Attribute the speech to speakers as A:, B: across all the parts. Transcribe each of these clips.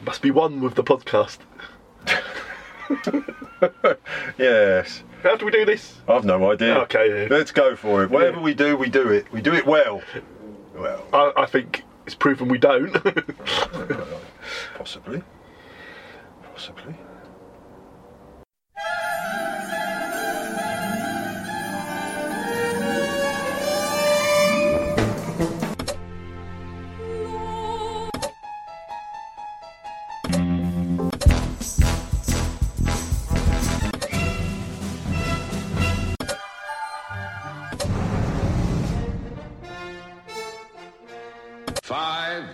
A: Must be one with the podcast.
B: Yes.
A: How do we do this?
B: I've no idea.
A: Okay, yeah.
B: Let's go for it. Whatever we do, we do it. We do it well. Well,
A: I, I think it's proven we don't.
B: possibly. Possibly.
C: Five,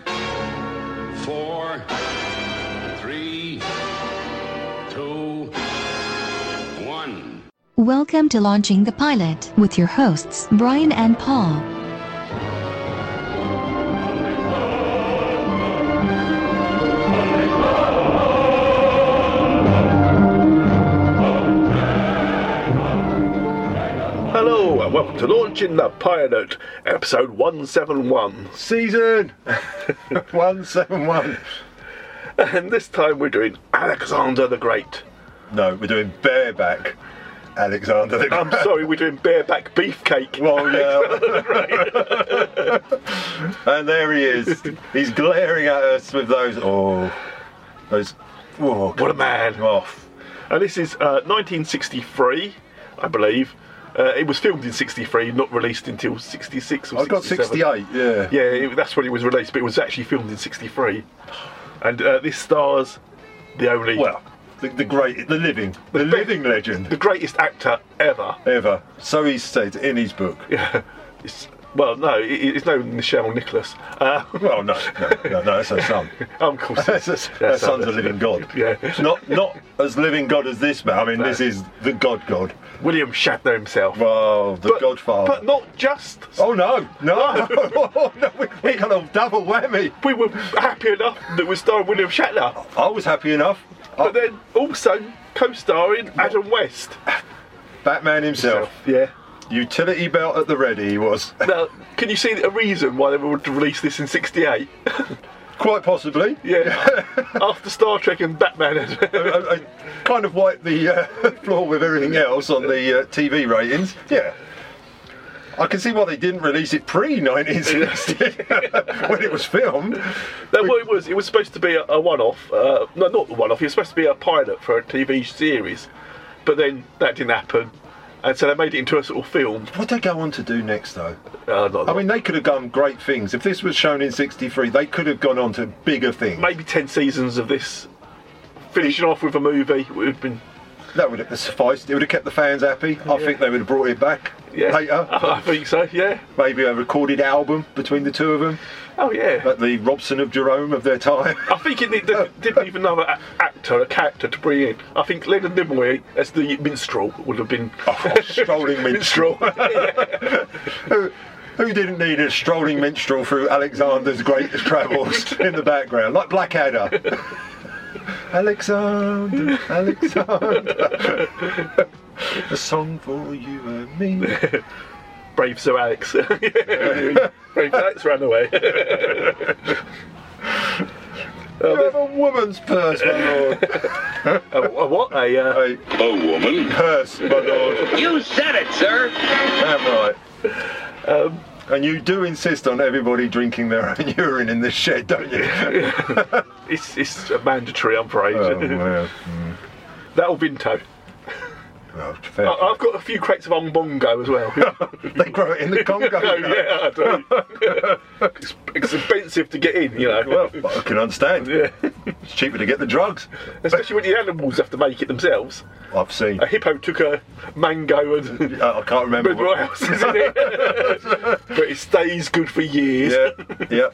C: four, three, two, one.
D: Welcome to Launching the Pilot with your hosts, Brian and Paul.
A: Hello and welcome to Launching the Pilot, episode 171, season.
B: 171.
A: And this time we're doing Alexander the Great.
B: No, we're doing bareback. Alexander the
A: I'm
B: Great.
A: sorry, we're doing bareback beefcake.
B: Well, yeah. and there he is. He's glaring at us with those. Oh, those. Oh,
A: What a man.
B: off.
A: And this is uh, 1963, I believe. Uh, it was filmed in 63, not released until 66 or
B: I've got
A: 67.
B: 68. Yeah.
A: Yeah, it, that's when it was released, but it was actually filmed in 63. And uh, this stars the only,
B: Well, the, the great, the living, the
A: be-
B: living legend
A: the greatest actor ever.
B: ever. So he states in his book.
A: Yeah. It's, well, no, it, it's no Michelle Nicholas. Uh,
B: Well, no, no, no, no, that's her son.
A: um, of course,
B: That's her,
A: it's-
B: her
A: that's-
B: son's a living god.
A: Yeah.
B: Not, not as living god as this man. I mean,
A: No.
B: this is the god god.
A: William Shatner himself.
B: Well, the
A: But-
B: godfather.
A: But not just.
B: Oh no, no, oh, no we, we got a double whammy.
A: We were happy enough that we're starring William Shatner,
B: I was happy enough.
A: but then also co-starring Adam West.
B: Batman himself,
A: Yeah.
B: utility belt at the ready, he was
A: Now, can you see a reason why they would release this in '68?
B: quite possibly.
A: yeah. After Star Trek and Batman.
B: I, I- I kind of wiped the uh, floor with everything else on the uh, TV ratings. Yeah. I can see why they didn't release it pre 1960 when it was filmed.
A: No, what it was, it was supposed to be a, a one-off. Uh, no, not a one-off. It was supposed to be a pilot for a TV series, but then that didn't happen, and so they made it into a sort of film.
B: What they go on to do next, though?
A: Uh, not,
B: I mean, they could have done great things. If this was shown in 63, they could have gone on to bigger things.
A: maybe ten seasons of this, finishing off with a movie would have been.
B: That would have sufficed. It would have kept the fans happy. I think they would have brought it back
A: Yeah, Uh-huh.
B: later.
A: I think so. Yeah.
B: Maybe a recorded album between the two of them,
A: Oh yeah.
B: like the Robson of Jerome of their time.
A: I think it, need- they didn't even know an actor, a character to bring in. I think Leonard Nimoy as the minstrel would have been.
B: Oh, strolling minstrel. who, who didn't need a strolling minstrel through Alexander's great travels in the background, like Blackadder? Alexander, Alexander, a song for you and me.
A: Brave Sir Alex. Brave Sir Alex ran away.
B: You have a woman's purse, my lord.
A: a, a what? A, uh,
B: A
C: A woman.
B: purse, my lord.
E: You said it, sir.
B: Damn right. and you do insist on everybody drinking their own urine in this shed, don't you?
A: it's, it's a mandatory, I'm afraid.
B: oh, well,
A: That'll Vinto.
B: well, fair
A: I, I've got a few crates of Umbongo as well.
B: They grow it in the Congo.
A: oh, yeah, I do. it's expensive to get in, you know.
B: Well, I can understand.
A: yeah.
B: It's cheaper to get the drugs.
A: Especially when the animals have to make it themselves.
B: I've seen.
A: A hippo took a mango and.
B: Uh, I can't remember.
A: But what else is in it? but it stays good for years.
B: Yeah, yeah.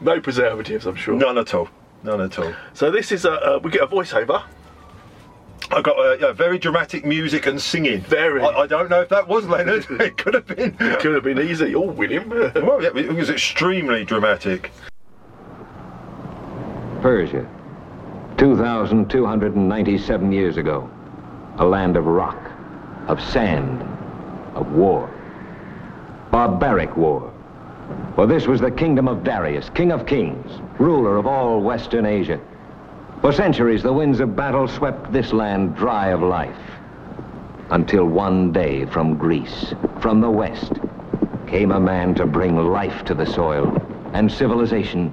A: No preservatives, I'm sure.
B: None at all. None at all.
A: So this is a uh, we get a voiceover.
B: I got uh, yeah, very dramatic music and singing.
A: Very.
B: I, I don't know if that was Leonard. it could have been.
A: Could have been easy. Oh, William.
B: Well, yeah, it was extremely dramatic.
F: Persia, 2,297 years ago. A land of rock, of sand, of war. Barbaric war, For this was the kingdom of Darius, king of kings, ruler of all Western Asia. For centuries, the winds of battle swept this land dry of life. Until one day from Greece, from the West, came a man to bring life to the soil, and civilization,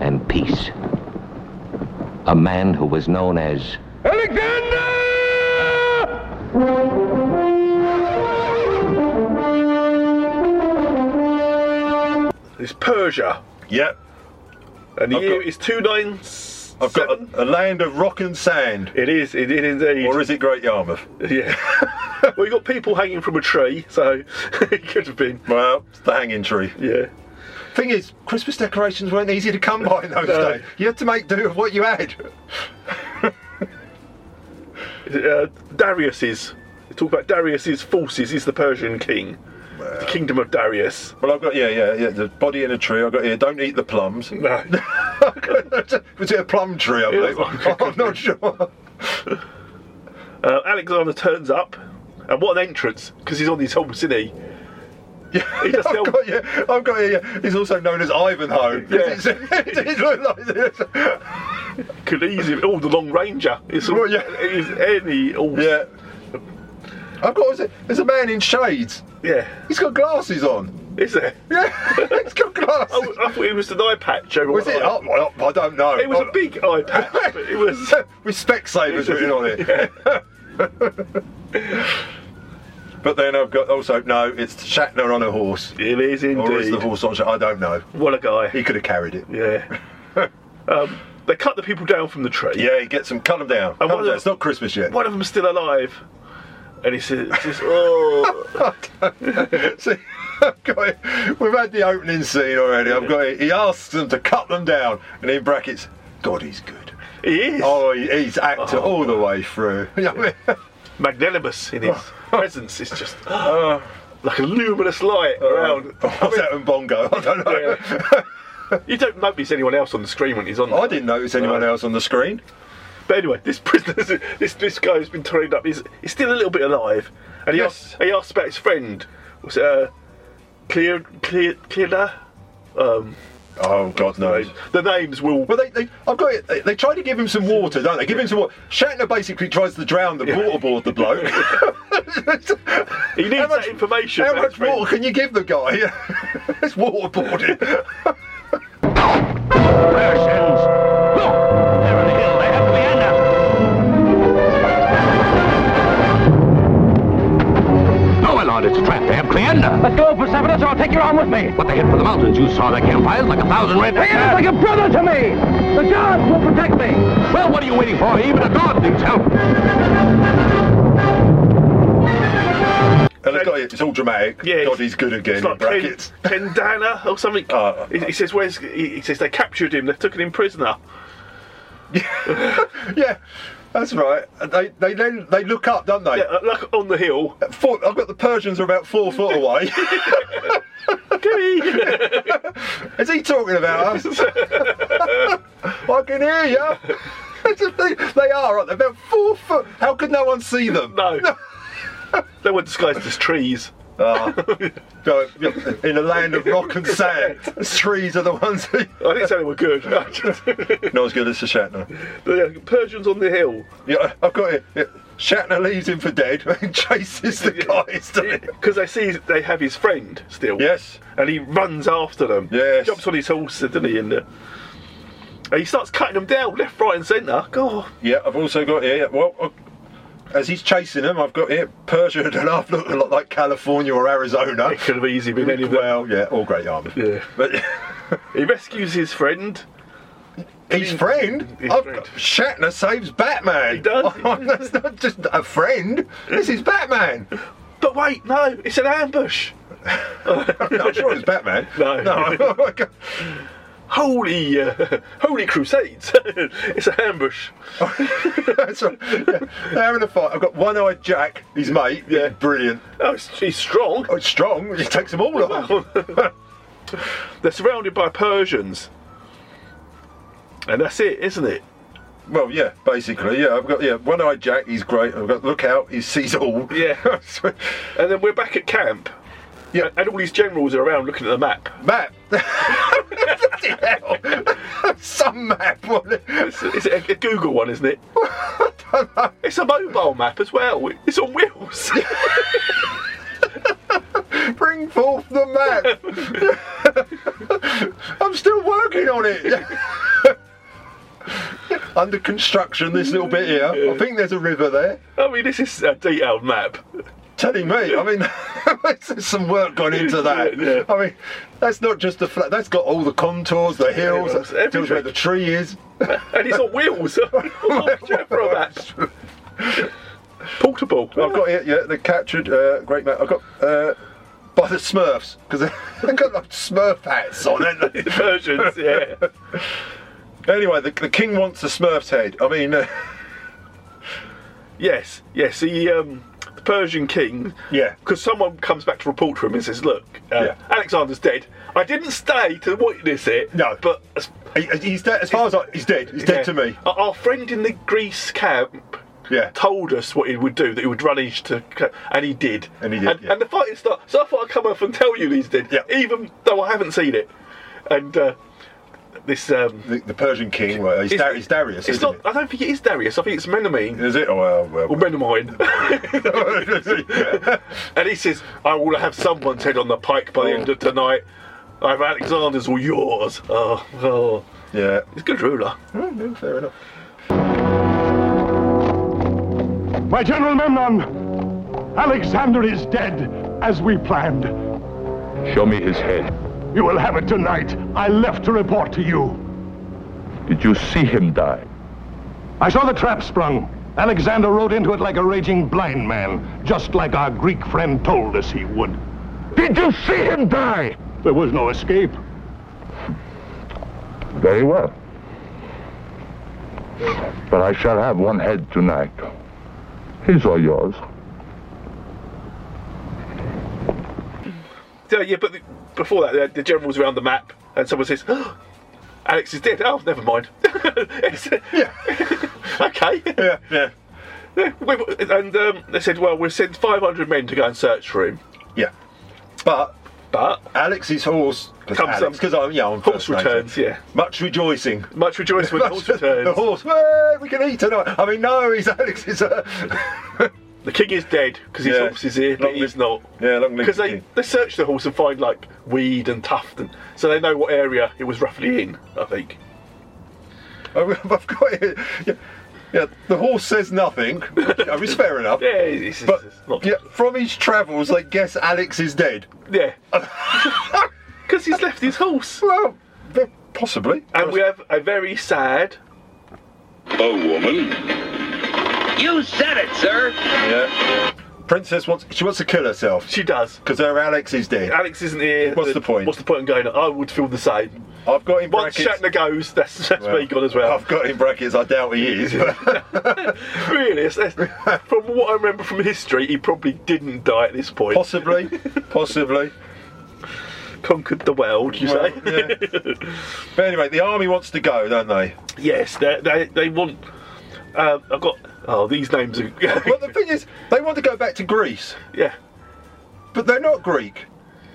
F: and peace. A man who was known as
A: It's Persia,
B: Yep.
A: and the
B: I've
A: year
B: got-
A: is two nine. s-
B: I've got
A: seven.
B: a, a land of rock and sand.
A: It is. It is indeed.
B: Or is it Great Yarmouth?
A: Yeah. well, you got people hanging from a tree, so it could have been.
B: Well, it's the hanging tree.
A: Yeah.
B: Thing is, Christmas decorations weren't easy to come by in those
A: No.
B: days. You had to make do of what you had.
A: Uh, Darius's. They talk about Darius's forces. He's the Persian king. the kingdom of Darius.
B: Well, I've got, yeah, yeah, yeah, the body in a tree. I've got here, don't eat the plums.
A: No.
B: was it a plum tree, I
A: It
B: believe?
A: was like a-
B: I'm not sure.
A: Uh, Alexander turns up, and what an entrance! Because he's on his horse, isn't he? Yeah. He just
B: I've
A: helped.
B: got, yeah, I've got here, yeah. He's also known as Ivanhoe.
A: Yeah.
B: It's- it did look like this.
A: Could easily. Oh, the Long Ranger. It's all,
B: Well, yeah.
A: it's any horse.
B: Yeah. I've got, is it- there's a man in shades.
A: Yeah.
B: He's got glasses on.
A: Is there?
B: Yeah, he's got glasses.
A: Oh, I thought it was an eye patch. Over
B: was
A: one
B: it?
A: eye.
B: Oh, well, I don't know.
A: It was
B: I-
A: a big eye patch, but it was.
B: with Specsavers written on it. But then I've got also no, it's Shatner on a horse,
A: It is indeed.
B: or is the horse on Shatner? I don't know.
A: What a guy.
B: He could have carried it.
A: Yeah. um, they cut the people down from the tree.
B: Yeah, he gets them. Cut them down. Cut 'em
A: wonder-
B: down. It's not Christmas yet.
A: One of them's still alive. And he says, says, oh.
B: See, I've got it. We've had the opening scene already. I've got it. He asks them to cut them down, and in brackets, God, he's good.
A: he is
B: Oh, he- he's actor all the way through. You know what I mean?
A: magnanimous in his presence. It's just like a luminous light around. I
B: Uh. What's that in Bongo? I don't know.
A: mean, you don't notice anyone else on the screen when he's on
B: I
A: there.
B: didn't notice anyone else on the screen.
A: But anyway, this prisoner, this, this guy who's been tied up, he's, he's still a little bit alive. And he,
B: Yes.
A: asks, he asks about his friend. Was it uh, Clear, Clear, Clear?
B: Oh, God knows.
A: The names will.
B: Well, they, they, I've got it. They, they try to give him some water, don't they? Give him some water. Shatner basically tries to drown the waterboard the bloke.
A: He needs
B: How much-
A: that information.
B: How
A: man,
B: much
A: friend.
B: water can you give the guy? it's waterboarded.
F: Persians. Look! They're on the hill. They have to be end up. No, Oh, my lord, it's a trap. They have Cleander. Let's go, Persepolis, or I'll take your arm with me. But they hit for the mountains. You saw their campfires like a thousand red... Cleander's like a brother to me! The gods will protect me! Well, what are you waiting for? Even a god needs help.
B: and I got it. It's all dramatic.
A: Yeah,
B: God,
A: it's-
B: he's good again.
A: It's like
B: in brackets.
A: Pen- Pendana or something.
B: Oh.
A: he, he says, "Where's?" He, he says, "They captured him. They took him prisoner."
B: yeah, that's right. And They they then they look up, don't they?
A: Yeah, uh, like on the hill.
B: Four, I've got the Persians are about four foot away.
A: Gooey.
B: Is he talking about us? I can hear you. they, they are, aren't they? About four foot. How could no one see them?
A: no, they were disguised as trees.
B: Go- In a land of rock and sand, trees are the ones.
A: I
B: Who...
A: didn't say they were good. I just- the
B: Not as good as the Shatner.
A: uh, Persians on the hill.
B: Yeah, I've got it. Yeah. Shatner leaves him for dead and chases the guys to him.
A: Because they see they have his friend still.
B: Yes.
A: And he runs after them.
B: Yes.
A: Jumps on his horse, doesn't he? And, uh, and he starts cutting them down left, right, and centre. God.
B: Yeah, I've also got here. yeah, Well, uh, as he's chasing him, I've got here Persia and half look a lot like California or Arizona.
A: It could have easily been any of them.
B: Well, yeah, all great army.
A: Yeah.
B: But
A: He rescues his friend.
B: his friend,
A: His
B: I've
A: friend.
B: got- Shatner saves Batman.
A: He does.
B: That's not just a friend. This is Batman.
A: But wait, no, it's an ambush.
B: No, I'm sure it's Batman.
A: No.
B: no. oh
A: Holy, uh, holy crusades! it's an ambush.
B: That's right. Yeah. They're having a fight. I've got one-eyed Jack, his mate.
A: Yeah.
B: brilliant.
A: Oh, it's, he's strong.
B: Oh, it's strong. He takes them all on.
A: They're surrounded by Persians, and that's it, isn't it?
B: Well, yeah, basically, yeah. I've got yeah, one-eyed Jack. He's great. I've got look out. He sees all.
A: Yeah. and then we're back at camp,
B: Yeah.
A: And all these generals are around looking at the map.
B: Map. Bloody hell. Some map. wasn't it?
A: It's, it's a, a Google one, isn't it? It's a mobile map as well. It's on wheels.
B: Bring forth the map. I'm still working on it. Under construction, this little bit here. I think there's a river there.
A: I mean, this is a detailed map.
B: Telling me, I mean, there's some work gone into that.
A: Yeah, yeah.
B: I mean, that's not just the flat. That's got all the contours, the hills,
A: Hills,
B: that tells you where
A: everything.
B: the tree is.
A: And it's on wheels. Jeffra map. Portable.
B: I've got it. Yeah, the captured uh, great man. I've got uh, by the Smurfs because they've got like Smurf hats on, haven't they?
A: versions, yeah.
B: Anyway, the, the king wants a Smurf's head. I mean, uh,
A: Yes, yes. The, um, the Persian king.
B: Yeah.
A: Because someone comes back to report to him and says, "Look, uh,
B: Yeah.
A: Alexander's dead. I didn't stay to witness it.
B: No.
A: but as-
B: he, he's dead. As far as I, he's dead. He's dead
A: yeah.
B: to me.
A: Our- Our friend in the Greece camp."
B: Yeah.
A: Told us what he would do, that he would run into, to, and he did.
B: And he did,
A: And,
B: yeah.
A: and the fighting started. So I thought I'd come up and tell you he's dead,
B: Yeah.
A: even though I haven't seen it. And uh, this. Um,
B: The, the Persian king. Well, he's,
A: it's-
B: Dar- he's Darius.
A: It's
B: isn't
A: not. I don't think it is Darius. I think it's Menomine.
B: it? Is it? Oh, well, well,
A: Well, Menomine. And he says, I will have someone's head on the pike by the end
B: Oh.
A: of tonight. Either Alexander's or yours. Oh, oh.
B: yeah.
A: He's a good ruler.
B: Oh, no, fair enough.
E: My General Memnon, Alexander is dead, as we planned.
G: Show me his head.
E: You will have it tonight. I left to report to you.
G: Did you see him die?
E: I saw the trap sprung. Alexander rode into it like a raging blind man, just like our Greek friend told us he would.
G: Did you see him die?
E: There was no escape.
G: Very well. But I shall have one head tonight. His or yours.
A: So, yeah, but the, before that, the, the general's around the map, and someone says, oh, Alex is dead. Oh, never mind. It's- okay.
B: Yeah, yeah,
A: Yeah, we- And um, they said, well, we'll send 500 men to go and search for him.
B: yeah. But
A: But
B: Alex's horse comes
A: Comes
B: Alex,
A: up.
B: because I'm yeah, I'm
A: Horse
B: first mate.
A: returns, yeah.
B: Much rejoicing.
A: much rejoice when the horse returns.
B: The horse, "Hey, we can eat tonight. I mean, no, he's Alex. Is uh,
A: The king is dead because his
B: Yeah.
A: horse is here, but
B: Long
A: he's not.
B: live- Yeah, long live
A: Because
B: the
A: they,
B: king.
A: they search the horse and find like weed and tuft, and so they know what area it was roughly in. I think.
B: I've I've got it. Yeah, yeah, the horse says nothing. I mean, it's fair enough.
A: Yeah, it's, it's,
B: But
A: it's not.
B: yeah, from his travels, they guess Alex is dead.
A: Yeah. Because he's left his horse,
B: Well, ve- possibly.
A: and we have a very sad.
C: A woman.
H: You said it, sir.
B: Yeah. Princess wants she wants to kill herself
A: She does.
B: because her Alex is dead.
A: Alex isn't here.
B: What's the point?
A: What's the point in going? I would feel the same.
B: I've got in
A: Once
B: brackets.
A: Shatner goes, that's that's me gone as well.
B: I've got in brackets. I doubt he is. but-
A: really, it's, it's- from what I remember from history, he probably didn't die at this point.
B: possibly, possibly.
A: Conquered the world, you
B: Well,
A: say?
B: yeah. But anyway, the army wants to go, don't they?
A: Yes, they they, they want. Um, I've got. Oh, these names are.
B: Well, the thing is, they want to go back to Greece,
A: yeah.
B: but they're not Greek.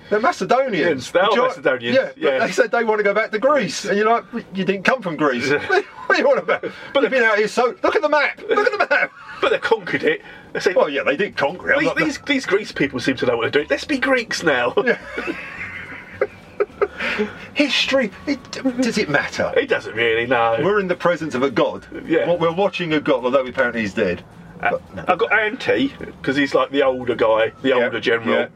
B: They're Macedonians.
A: Yes, they are
B: Which
A: Macedonians,
B: Yeah,
A: yeah.
B: But they said they want to go back to Greece, and you're like, "But you didn't come from Greece. what do you want about? But they've been out here so. Look at the map. Look at the map.
A: But they conquered it. They say,
B: Well, yeah, they did conquer. it, I'm
A: these,
B: not-
A: these, these Greece people seem to know what they're doing. Let's be Greeks now.
B: History. It, does it matter?
A: It doesn't really, no.
B: We're in the presence of a god.
A: Yeah.
B: Well, we're watching a god, although apparently he's dead. But-
A: I've got Auntie, because he's like the older guy, the older general.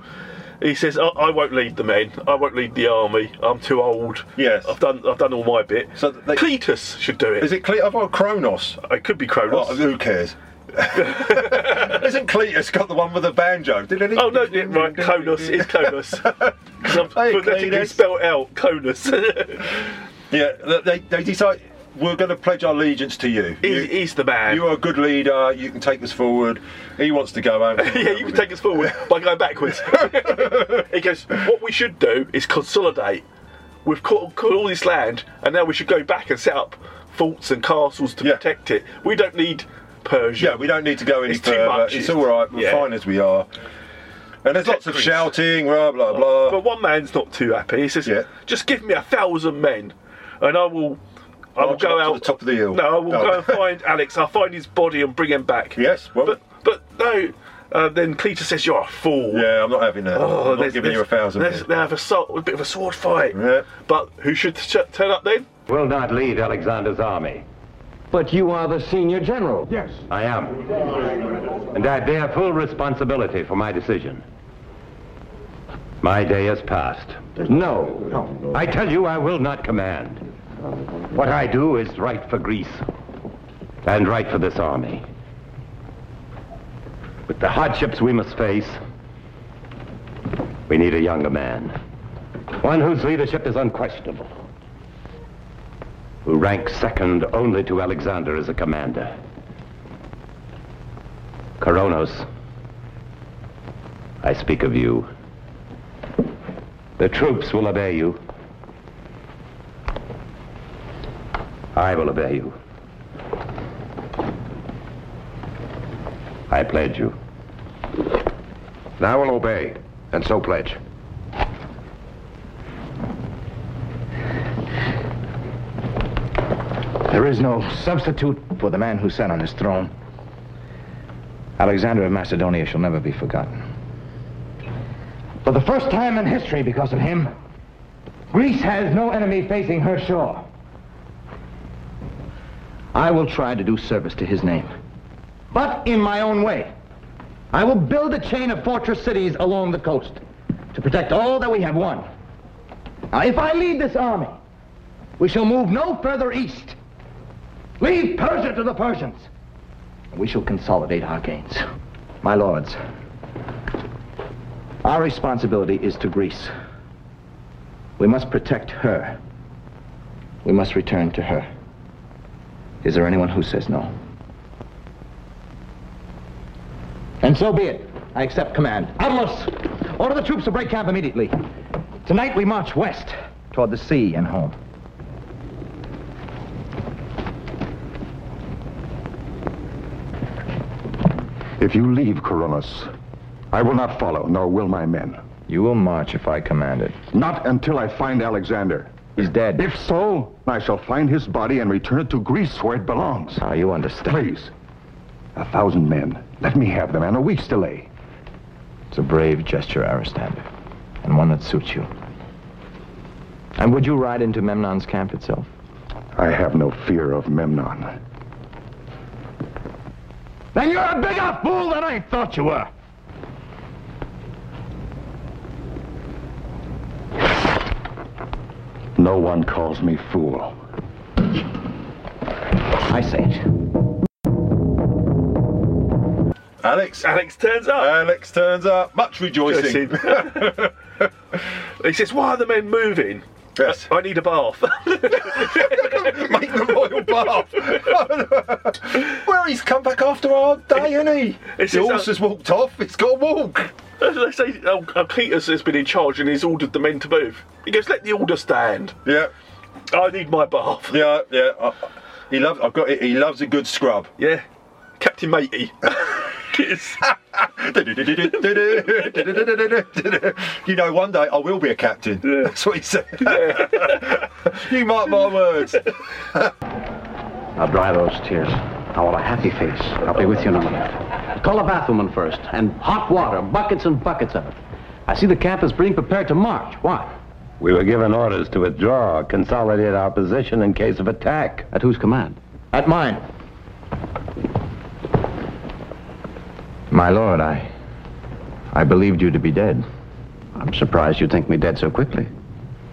A: He says, I, I won't lead the men. I won't lead the army. I'm too old.
B: Yes.
A: I've done I've done all my bit.
B: So they-
A: Cletus should do it.
B: Is it Cletus? I've got Kronos.
A: It could be Cronus.
B: Well, who cares? Isn't Cletus got the one with the banjo? Did
A: Oh no, yeah, right, Cronus is Cronus. Because I'm
B: Hey,
A: phonetically
B: Cletus.
A: spelled out Cronus.
B: Yeah, th- they, they decide we're going to pledge our allegiance to you.
A: he's,
B: you,
A: he's the man.
B: you are a good leader. You can take us forward. He wants to go home.
A: yeah, you can take us forward by going backwards. he goes, What we should do is consolidate. We've caught, caught all this land, and now we should go back and set up forts and castles to
B: Yeah.
A: protect it. We don't need Persia.
B: Yeah, we don't need to go any
A: It's too
B: further.
A: much,
B: It's
A: it's-
B: all right. We're
A: yeah.
B: fine as we are. And there's lots of shouting, blah, blah,
A: Oh,
B: blah.
A: But one man's not too happy. He says,
B: uh, Yeah.
A: "Just give me a thousand men, and I will, I will
B: March him
A: go
B: up to
A: out
B: the top of the hill."
A: No, I will
B: Oh.
A: go and find Alex. I'll find his body and bring him back.
B: Yes, well-
A: but but no. Uh, then Cletus says, "You're a fool."
B: yeah, I'm not having that.
A: Oh,
B: I'm not
A: there's-
B: giving you a
A: there's-
B: thousand.
A: there's-
B: men.
A: They have a, sort, a bit of a sword fight.
B: Yeah.
A: But who should sh- turn up then?
I: Will not lead Alexander's army.
F: But you are the senior general.
E: Yes.
I: I am. And I bear full responsibility for my decision. My day is past.
F: No.
I: I tell you, I will not command. What I do is right for Greece and right for this army. With the hardships we must face, we need a younger man. One whose leadership is unquestionable. Who ranks second only to Alexander as a commander. Coronos, I speak of you. The troops will obey you. I will obey you. I pledge you.
G: And I will obey, and so pledge.
J: There is no substitute for the man who sat on his throne. Alexander of Macedonia shall never be forgotten. For the first time in history, because of him, Greece has no enemy facing her shore. I will try to do service to his name, but in my own way. I will build a chain of fortress cities along the coast to protect all that we have won. Now, if I lead this army, we shall move no further east. Leave Persia to the Persians. And we shall consolidate our gains. My lords, our responsibility is to Greece. We must protect her. We must return to her. Is there anyone who says no? And so be it. I accept command. Atlas, order the troops to break camp immediately. Tonight we march west toward the sea and home.
G: If you leave, Coronas, I will not follow, nor will my men.
J: You will march if I command it.
G: Not until I find Alexander.
J: He's dead.
G: If so, I shall find his body and return it to Greece where it belongs.
J: Ah, you understand.
G: Please, a thousand men. Let me have them, and a week's delay.
J: It's a brave gesture, Aristander, and one that suits you. And would you ride into Memnon's camp itself?
G: I have no fear of Memnon.
J: Then you're a bigger fool than I thought you were.
G: No one calls me fool.
J: I say it.
B: Alex,
A: Alex turns up.
B: Alex turns up. Much rejoicing.
A: he says, "Why are the men moving?
B: Yes.
A: I need a bath."
B: Make the royal bath. well, he's come back after our day, hasn't he?
A: It's
B: the
A: his
B: horse
A: own-
B: has walked off. It's got to walk.
A: they say oh, Cletus has been in charge and he's ordered the men to move. He goes, "Let the order stand.
B: Yeah,
A: I need my bath."
B: yeah, yeah. I, he loves. I've got it. He loves a good scrub.
A: Yeah, Captain Matey. It's-
B: you know, one day I will be a captain. That's what he said. you mark my words.
I: Now dry those tears. I want a happy face. I'll be with you in a minute. Call a bathwoman first, and hot water, buckets and buckets of it. I see the camp is being prepared to march. Why? We were given orders to withdraw, consolidate our position in case of attack. At whose command?
J: At mine. My lord, I. I believed you to be dead.
I: I'm surprised you think me dead so quickly.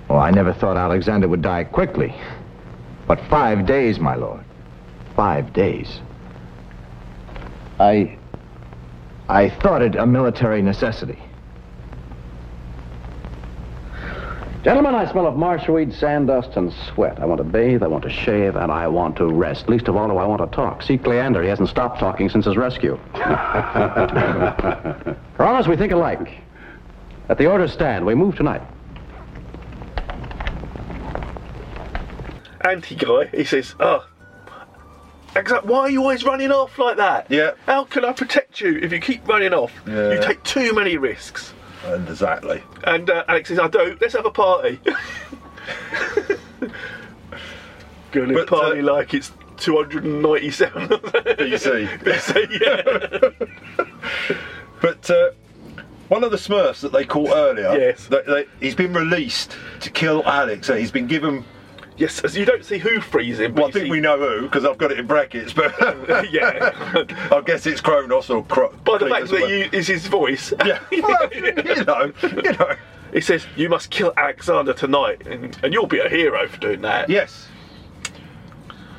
F: Oh,
J: Well, I never thought Alexander would die quickly. But five days, my lord. Five days. I. I thought it a military necessity.
I: Gentlemen, I smell of marshweed, sand dust, and sweat. I want to bathe, I want to shave, and I want to rest. Least of all, do I want to talk. See Cleander, he hasn't stopped talking since his rescue. Promise we think alike. Let the orders stand. We move tonight.
A: anti guy. He says, "Oh, Exactly. Why are you always running off like that?
B: Yeah.
A: How can I protect you if you keep running off?
B: Yeah.
A: You take too many risks.
B: And exactly.
A: And uh, Alex says, I don't. Let's have a party. Gonna
B: But, uh,
A: party like it's 297
B: BC.
A: BC. Yeah.
B: But uh, one of the Smurfs that they caught earlier,
A: Yes.
B: they, they, he's been released to kill Alex. So he's been given.
A: yes. So you don't see who frees him. but
B: Well, I
A: you
B: think
A: see-
B: we know who because I've got it in brackets, but
A: yeah.
B: I guess it's Kronos or Cro-
A: By the
B: Cletus
A: fact
B: or
A: that you is his voice.
B: whatever. Yeah. Well, you know, you know.
A: He says, You must kill Alexander tonight, and, and you'll be a hero for doing that.
B: Yes.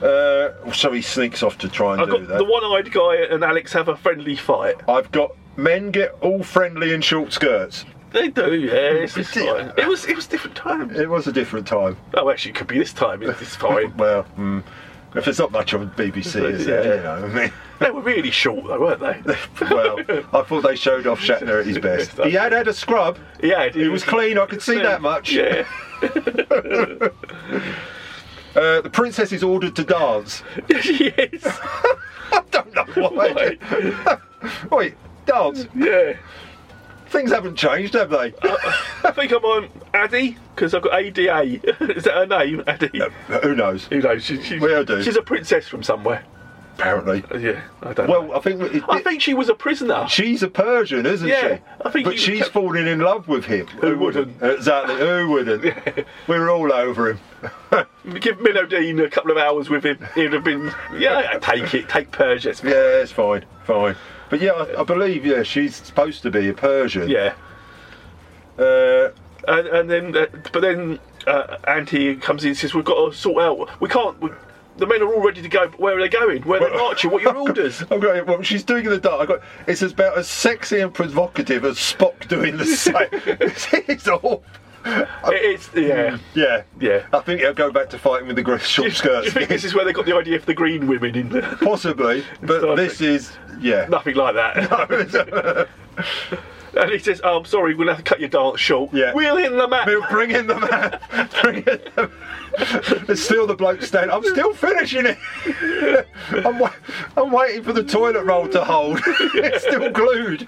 B: Uh, so he sneaks off to try and
A: I've
B: do
A: got
B: that.
A: the one eyed guy and Alex have a friendly fight.
B: I've got men get all friendly in short skirts.
A: They do, yeah. It's just
B: Yeah.
A: fine. It was, it was different times.
B: It was a different time.
A: Oh, actually, it could be this time. It's, it's fine.
B: Well, mm, if there's not much on BBC, is there?
A: Yeah.
B: You know, I mean,
A: they were really short, though, weren't they?
B: well, I thought they showed off Shatner at his best. He had had a scrub.
A: Yeah,
B: He was clean. I could see that much.
A: Yeah.
B: Uh, the princess is ordered to dance.
A: yes.
B: I don't know why. Wait, dance.
A: Yeah.
B: Things haven't changed, have they?
A: Uh, I think I'm on Addie, because I've got ADA. Is that her name, Addie?
B: Uh, Who knows?
A: You know, she, she's,
B: Well, I do.
A: she's a princess from somewhere.
B: Apparently.
A: Yeah, I don't know.
B: Well, I think it-
A: I think she was a prisoner.
B: She's a Persian, isn't
A: Yeah,
B: she?
A: I think
B: but
A: you-
B: she's falling in love with him. Who,
A: wouldn't?
B: Exactly. Who wouldn't? We're all over him.
A: Give Minodine a couple of hours with him. He'd have been, yeah, I take it, take Persia. It's-
B: Yeah, it's fine, fine. But yeah, I, I believe yeah she's supposed to be a Persian.
A: Yeah.
B: Uh,
A: And, and then, uh, but then uh, Auntie comes in and says, We've got to sort out, we can't, we, the men are all ready to go, but where are they going? Where are they marching? What are your orders?
B: I've got it. Well, she's doing the dance. I've got, it's about as sexy and provocative as Spock doing the same. it's all.
A: It- it's, yeah.
B: Yeah,
A: Yeah.
B: I think it'll go back to fighting with the gr-
A: Do you,
B: short
A: do you
B: skirts.
A: think this is where they got the idea for the green women in there?
B: Possibly, but
A: Star
B: this
A: Trek.
B: is yeah.
A: Nothing like that. and he says, oh, I'm sorry, we'll have to cut your dance short.
B: Yeah.
A: We'll in the map.
B: Bill, bring in the man. Bring in the man. It's still the bloke stand. I'm still finishing it. I'm, wa- I'm waiting for the toilet roll to hold. it's still glued.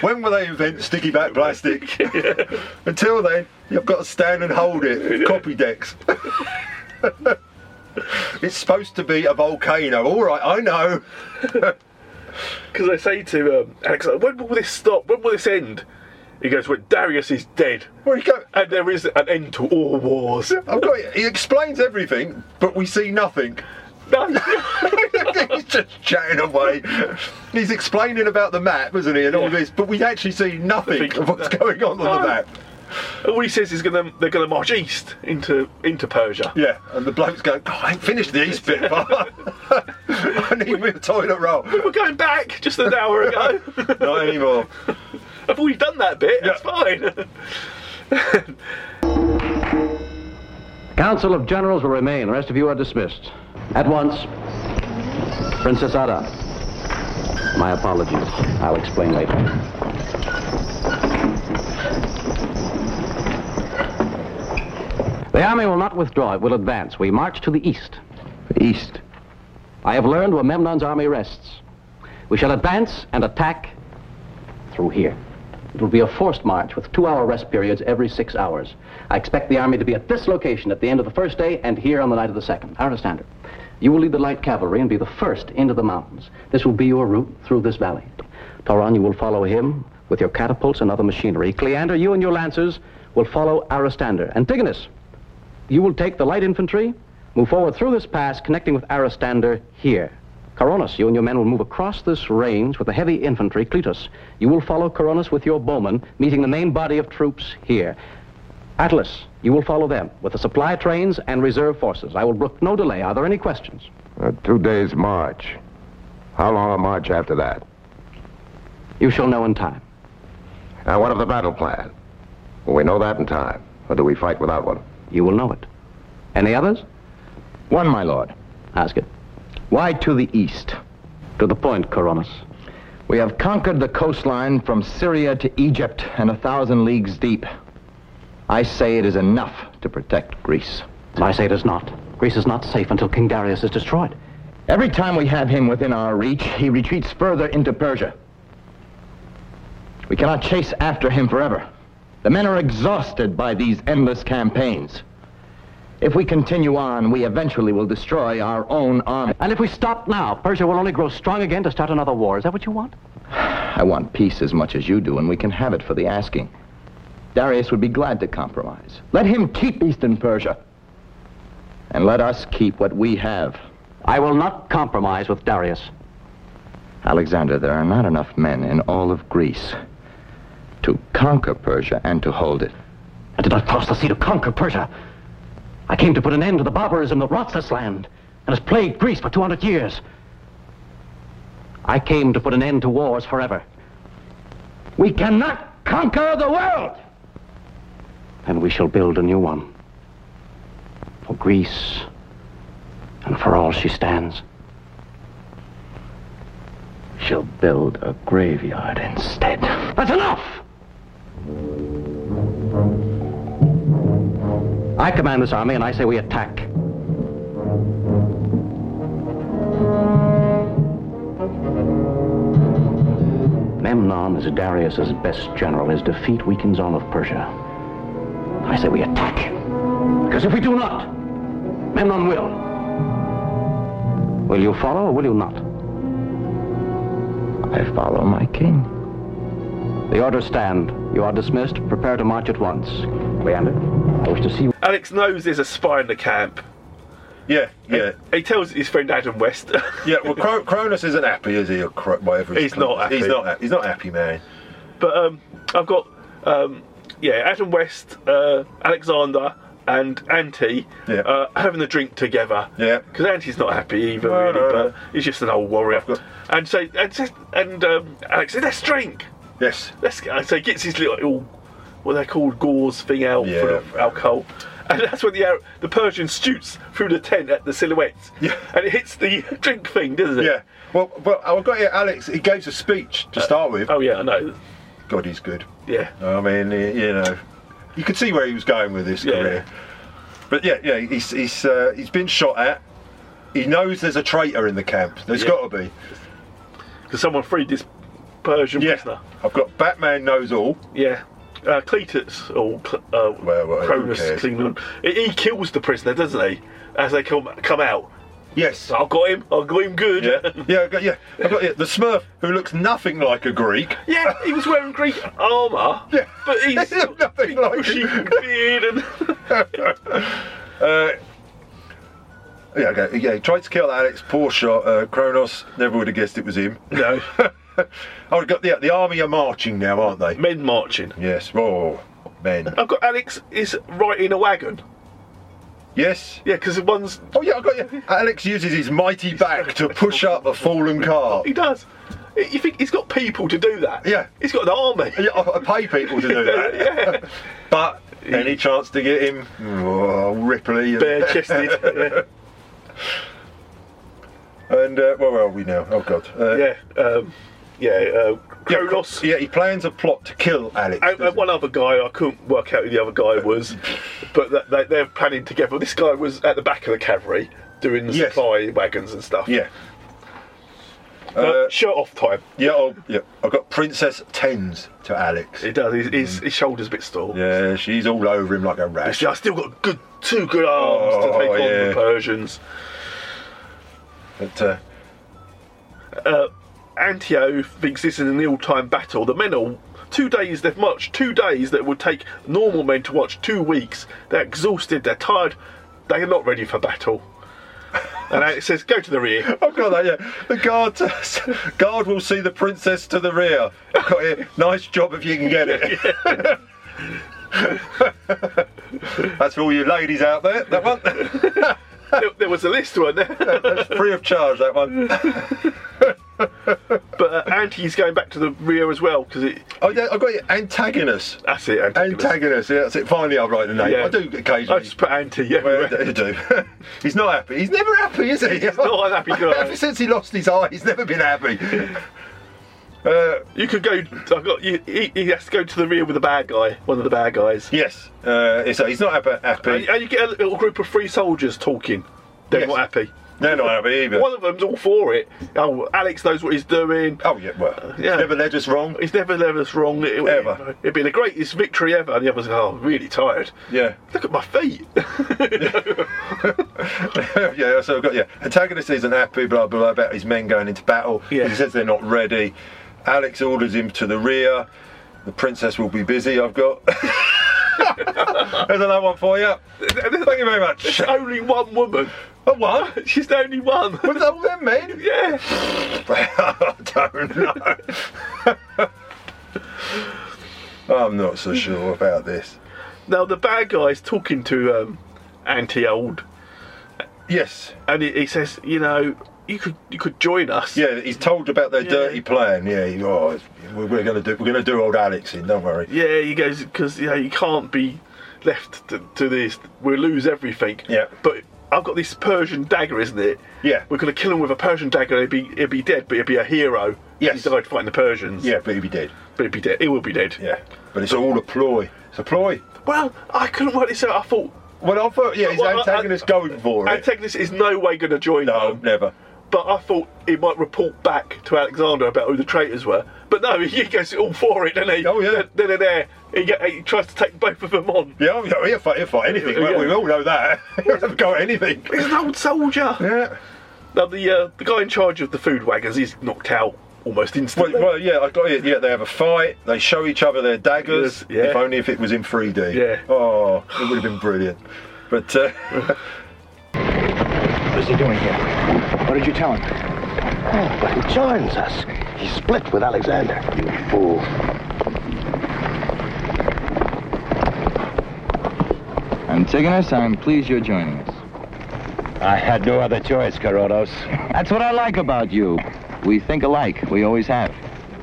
B: when will they invent sticky back plastic? Until then, you've got to stand and hold it. Copy decks. it's supposed to be a volcano. All right, I know.
A: Because I say to um, Alex, when will this stop? When will this end? He goes, well, Darius is dead.
B: Where you go?
A: And there is an end to all wars.
B: I've got. He explains everything, but we see nothing.
A: No.
B: he's just chatting away. He's explaining about the map, isn't he, and all this, but we actually see nothing
A: Nothing.
B: of what's going on on
A: No.
B: the map.
A: all he says is gonna, they're going to march east into into Persia.
B: Yeah, and the bloke's going, "God, I ain't finished the east bit, but I need me a toilet roll.
A: We were going back just an hour ago.
B: Not anymore.
A: I've already done that bit. That's
B: Yeah.
A: fine.
I: Council of Generals will remain. The rest of you are dismissed. At once. Princess Ada. My apologies. I'll explain later. The army will not withdraw. It will advance. We march to the east.
F: The east.
I: I have learned where Memnon's army rests. We shall advance and attack through here. It will be a forced march with two-hour rest periods every six hours. I expect the army to be at this location at the end of the first day and here on the night of the second. Out of standard. You will lead the light cavalry and be the first into the mountains. This will be your route through this valley. Toran, you will follow him with your catapults and other machinery. Cleander, you and your lancers will follow Aristander. Antigonus, you will take the light infantry, move forward through this pass, connecting with Aristander here. Coronas, you and your men will move across this range with the heavy infantry, Cletus. You will follow Coronas with your bowmen, meeting the main body of troops here. Atlas, you will follow them with the supply trains and reserve forces. I will brook no delay. Are there any questions?
F: A Uh, two days' march. How long a march after that?
I: You shall know in time.
F: And what of the battle plan? Will we know that in time? Or do we fight without one?
I: You will know it. Any others?
F: One, my lord.
I: Ask it.
F: Why to the east?
I: To the point, Coronas.
F: We have conquered the coastline from Syria to Egypt and a thousand leagues deep. I say it is enough to protect Greece.
I: And I say it is not. Greece is not safe until King Darius is destroyed.
J: Every time we have him within our reach, he retreats further into Persia. We cannot chase after him forever. The men are exhausted by these endless campaigns. If we continue on, we eventually will destroy our own army.
I: And if we stop now, Persia will only grow strong again to start another war. Is that what you want?
J: I want peace as much as you do, and we can have it for the asking. Darius would be glad to compromise. Let him keep eastern Persia. And let us keep what we have.
I: I will not compromise with Darius.
J: Alexander, there are not enough men in all of Greece to conquer Persia and to hold it.
I: I did not cross the sea to conquer Persia. I came to put an end to the barbarism that rots this land and has plagued Greece for 200 years. I came to put an end to wars forever.
J: We cannot conquer the world!
I: And we shall build a new one. For Greece and for all she stands.
J: She'll build a graveyard instead.
I: That's enough! I command this army, and I say we attack. Memnon is Darius's best general. His defeat weakens all of Persia. I say we attack. Because if we do not, Memnon will. Will you follow or will you not?
J: I follow my king.
I: The orders stand. You are dismissed. Prepare to march at once. Leander, I wish to see you.
A: Alex knows there's a spy in the camp.
B: Yeah, yeah.
A: He tells his friend Adam West.
B: yeah, well, Cro- Cronus isn't happy, is he? Or Cro- whatever
A: He's not
B: called. He's
A: happy.
B: not, ha- he's not happy, man.
A: But um, I've got um, yeah, Adam West, uh, Alexander, and Ante
B: Yeah.
A: uh, having a drink together.
B: Yeah.
A: Because Ante's not happy either,
B: No,
A: really,
B: no, no.
A: but he's just an old warrior. And so and, so- and um, Alex said, "Let's drink."
B: Yes.
A: Let's go." so he gets his little, little what they called gauze thing out
B: Yeah.
A: full of alcohol. And that's when the Ar- the Persian shoots through the tent at the silhouettes.
B: Yeah.
A: And it hits the drink thing, doesn't it?
B: Yeah. Well, well, I've got here Alex. He gave a speech to start with.
A: Oh yeah, I know.
B: God, he's good.
A: Yeah.
B: I mean, y- you know, you could see where he was going with his
A: Yeah.
B: career. But yeah, yeah, he's he's uh, he's been shot at. He knows there's a traitor in the camp. There's
A: Yeah.
B: got to be.
A: Because someone freed this Persian
B: Yeah.
A: prisoner.
B: I've got Batman knows all.
A: Yeah. Uh, Cletus, or Cl- uh,
B: Well, well, who
A: Cronus,
B: cares?
A: Klingman, he he kills the prisoner, doesn't he? As they come come out.
B: Yes.
A: I've got him, I've got him good.
B: Yeah, yeah, I've got, yeah. I've got yeah, the Smurf who looks nothing like a Greek.
A: Yeah, he was wearing Greek armour,
B: Yeah.
A: but he's
B: He looked nothing
A: big
B: like
A: bushy
B: it.
A: beard and
B: Uh, yeah, okay. Yeah, he tried to kill Alex. Poor shot. Uh, Kronos never would have guessed it was him.
A: no
B: oh, got yeah, the army are marching now, aren't they?
A: men marching.
B: Yes. Oh, men.
A: I've got Alex is right in a wagon.
B: Yes.
A: Yeah, because one's
B: Oh yeah, I got you. Alex uses his mighty back to push up a fallen car.
A: he does. You think he's got people to do that?
B: Yeah.
A: he's got an army.
B: Yeah, I I pay people to do that.
A: Yeah.
B: But any chance to get him? Oh, Ripley. and-
A: bare chested. Yeah.
B: And uh, where are we now? Oh God. Uh,
A: Yeah, um, yeah, uh, Kronos.
B: Yeah, he plans a plot to kill Alex.
A: And,
B: doesn't
A: and
B: he?
A: one other guy, I couldn't work out who the other guy was, but that, they, they're planning together. This guy was at the back of the cavalry doing the
B: Yes.
A: supply wagons and stuff.
B: Yeah.
A: Uh, shirt off time.
B: Yeah, oh, yeah. I've got Princess Tens to Alex.
A: He does. His, his, his shoulders a bit sore.
B: Yeah, she's all over him like a
A: I
B: rash.
A: still- Mm. I still got good two good arms to
B: Oh,
A: take on
B: yeah.
A: the Persians.
B: But, uh,
A: Antio thinks this is an ill-timed battle. The men are two days they've marched, two days that would take normal men to watch, two weeks. They're exhausted, they're tired, they are not ready for battle. And it says, go to the rear.
B: I've got that, yeah. The guard, guard will see the princess to the rear. I've got it. Nice job if you can get it. That's for all you ladies out there. That one,
A: There, there was a list one there.
B: free of charge. That one.
A: But uh, Antio's going back to the rear as well, because it,
B: Oh, yeah, I've got it. Antagonist.
A: that's it, Antagonist.
B: Antagonist. Yeah, that's it. Finally, I'll write the name.
A: Yeah.
B: I do
A: I
B: occasionally.
A: just put Anti
B: Well,
A: everywhere.
B: you do. he's not happy. He's never happy, is he? He's
A: not an happy guy.
B: Ever since he lost his eye, he's never been happy. Uh,
A: You could go, I've got, you, he, he has to go to the rear with the bad guy, one of the bad guys.
B: yes, uh, so he's not happy. happy.
A: And, and you get a little group of three soldiers talking. They're
B: Yes.
A: not happy.
B: They're not happy either.
A: One of them's all for it. Oh, Alex knows what he's doing.
B: Oh yeah, well, yeah. never led us wrong.
A: He's never led us wrong. It,
B: Ever.
A: It, would be the greatest victory ever. And the other's like, oh, I'm really tired.
B: Yeah.
A: Look at my feet.
B: yeah, so I've got yeah. Antagonist isn't happy, blah blah blah about his men going into battle.
A: Yeah.
B: He says they're not ready. Alex orders him to the rear. The princess will be busy, I've got. There's another one for you. Thank you very much.
A: only one woman.
B: A one?
A: She's the only one.
B: Was that all them men?
A: yeah.
B: I don't know. I'm not so sure about this.
A: Now the bad guy's talking to um, Auntie Old,
B: Yes.
A: and he, he says, you know, you could you could join us.
B: Yeah, he's told about their
A: Yeah.
B: dirty plan. Yeah, he, oh, it's- we're, we're gonna do we're gonna do old Alex in. Don't worry.
A: Yeah, he goes because you know you can't be left to, to this. We'll lose everything.
B: Yeah.
A: But I've got this Persian dagger, isn't it?
B: Yeah.
A: We're gonna kill him with a Persian dagger. He'd be he'd be dead, but he'd be a hero.
B: Yes.
A: He died fighting the Persians.
B: Yeah, but he'd be dead.
A: But he'd be dead. He will be dead.
B: Yeah, but it's all a ploy. It's a ploy.
A: Well, I couldn't work this out. I thought
B: Well, I thought, yeah, his
A: Well, I-
B: antagonist going for it.
A: antagonist is no way gonna join
B: no,
A: them.
B: never.
A: But I thought he might report back to Alexander about who the traitors were. But no, he goes all for it, doesn't he?
B: Oh, yeah.
A: Then they're there. He, get, he tries to take both of them on.
B: Yeah, oh, yeah, he'll fight, he'll fight anything.
A: Yeah.
B: We all know that. he'll go at anything.
A: He's an old soldier.
B: Yeah.
A: Now the uh, the guy in charge of the food wagons is knocked out almost
B: Well,
A: instantly.
B: well, yeah, I got it. Yeah, they have a fight. They show each other their daggers.
A: Yes, yeah.
B: If only if it was in 3D.
A: Yeah.
B: Oh, it would have been brilliant. But uh,
I: What is he doing here? What did you tell him? Oh, but he joins us. He split with Alexander. You fool.
K: Antigonus, I'm pleased you're joining us.
I: I had no other choice, Corodos.
K: That's what I like about you. We think alike. We always have.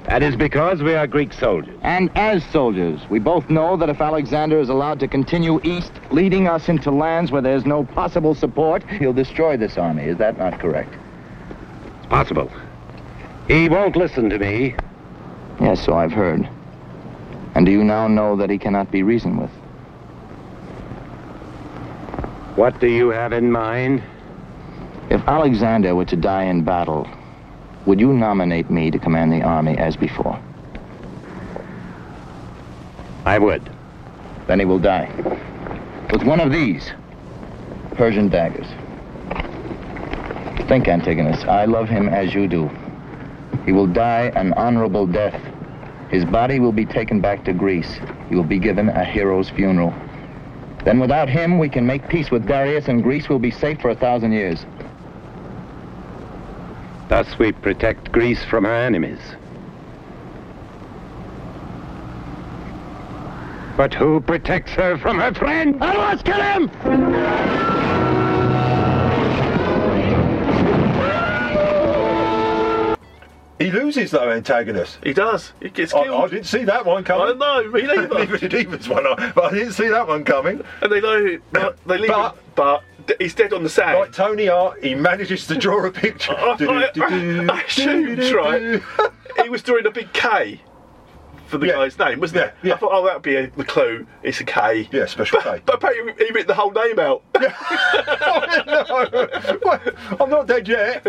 I: That is because we are Greek soldiers.
K: And as soldiers, we both know that if Alexander is allowed to continue east, leading us into lands where there's no possible support, he'll destroy this army. Is that not correct?
I: It's possible. He won't listen to me.
K: Yes, so I've heard. And do you now know that he cannot be reasoned with?
I: What do you have in mind?
K: If Alexander were to die in battle, would you nominate me to command the army as before?
I: I would.
K: Then he will die. With one of these Persian daggers. Think, Antigonus. I love him as you do. He will die an honorable death. His body will be taken back to Greece. He will be given a hero's funeral. Then, without him, we can make peace with Darius, and Greece will be safe for a thousand years.
I: Thus we protect Greece from her enemies. But who protects her from her friend? I must kill him!
B: he loses though, antagonist.
A: he does. He gets
B: I,
A: killed. Uh,
B: I didn't see that one
A: I
B: coming.
A: know, me
B: Neither
A: neither.
B: did Eva's one, I- but I didn't see that one coming.
A: and they know they leave
B: But-
A: him, but d- he's dead on the sand.
B: Like Tony Art, he manages to draw a picture.
A: I, I, I assumed, right? he was doing a big K for the
B: Yeah.
A: guy's name, wasn't it?
B: Yeah, yeah.
A: I thought, oh, that'd be a, the clue. It's a K.
B: Yeah, special
A: But,
B: K.
A: but apparently he writ the whole name out.
B: no, Well, I'm not dead yet.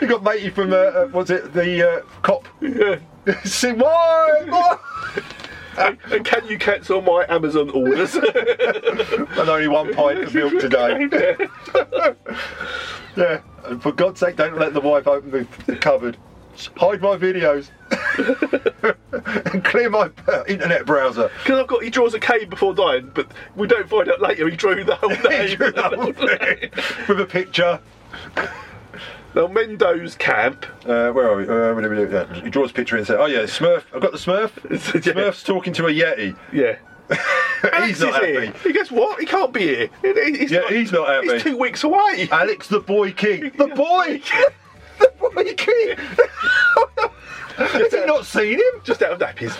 B: You got matey from uh, uh, what's it? The uh, cop.
A: Yeah.
B: See why? why?
A: and, and can you cancel my Amazon orders?
B: And only one pint of milk today. yeah. And for God's sake, don't let the wife open the, the cupboard. Hide my videos. and clear my uh, internet browser.
A: Because I've got he draws a K before dying, but we don't find out later he drew the whole name.
B: You know, With a picture.
A: now Mendo's camp.
B: Uh, where are we? Uh, what do we do? Yeah, He draws a picture and says, "Oh yeah, Smurf. I've got the Smurf.
A: Yeah.
B: Smurf's talking to a Yeti.
A: Yeah.
B: he's
A: Alex
B: not
A: is
B: happy.
A: here. He goes, what? He can't be here. He- he- He's
B: Yeah, he's not happy.
A: He's two weeks away.
B: Alex the Boy King. The Boy! the Boy King! Has he not seen him?
A: Just out of nappies.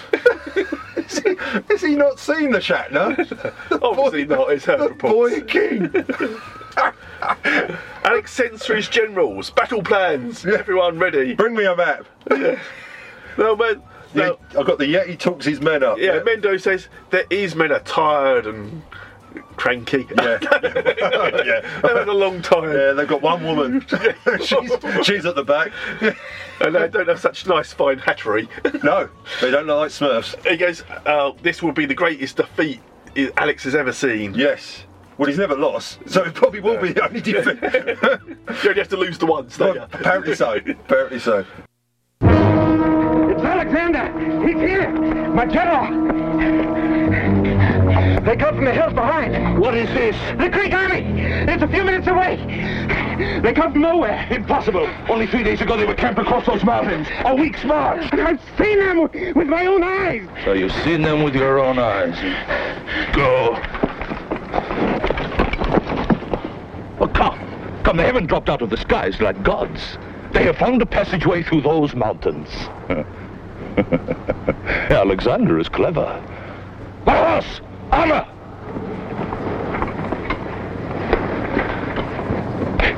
B: Has he, has he not seen the Shatner?
A: Obviously not. It's her
B: The
A: reports.
B: Boy King!
A: Alex sends for his generals. Battle plans. Everyone ready.
B: Bring me a map.
A: No man.
B: Yeah,
A: No,
B: I've got the Yeti talks his men up.
A: yeah, Mendo says there is men are tired and cranky. Yeah. yeah. They've had a long time.
B: Yeah, they've got one woman. she's, she's at the back.
A: and they don't have such nice fine hatchery.
B: no, they don't like Smurfs.
A: He goes, uh, This will be the greatest defeat i- Alex has ever seen.
B: Yes. Well, he's never lost, so it probably will be the only defeat.
A: you only have to lose the once, don't you?
B: Apparently so. Apparently so.
L: It's Alexander! He's here! My general! They come from the hills behind. What is this? The Greek army! It's a few minutes away! They come from nowhere! Impossible! Only three days ago they were camped across those mountains. A week's march! I've seen them with- with my own eyes!
M: So you've seen them with your own eyes. Go. Oh, come. Come, they haven't dropped out of the skies like gods. They have found a passageway through those mountains. Alexander is clever. My horse! Armor!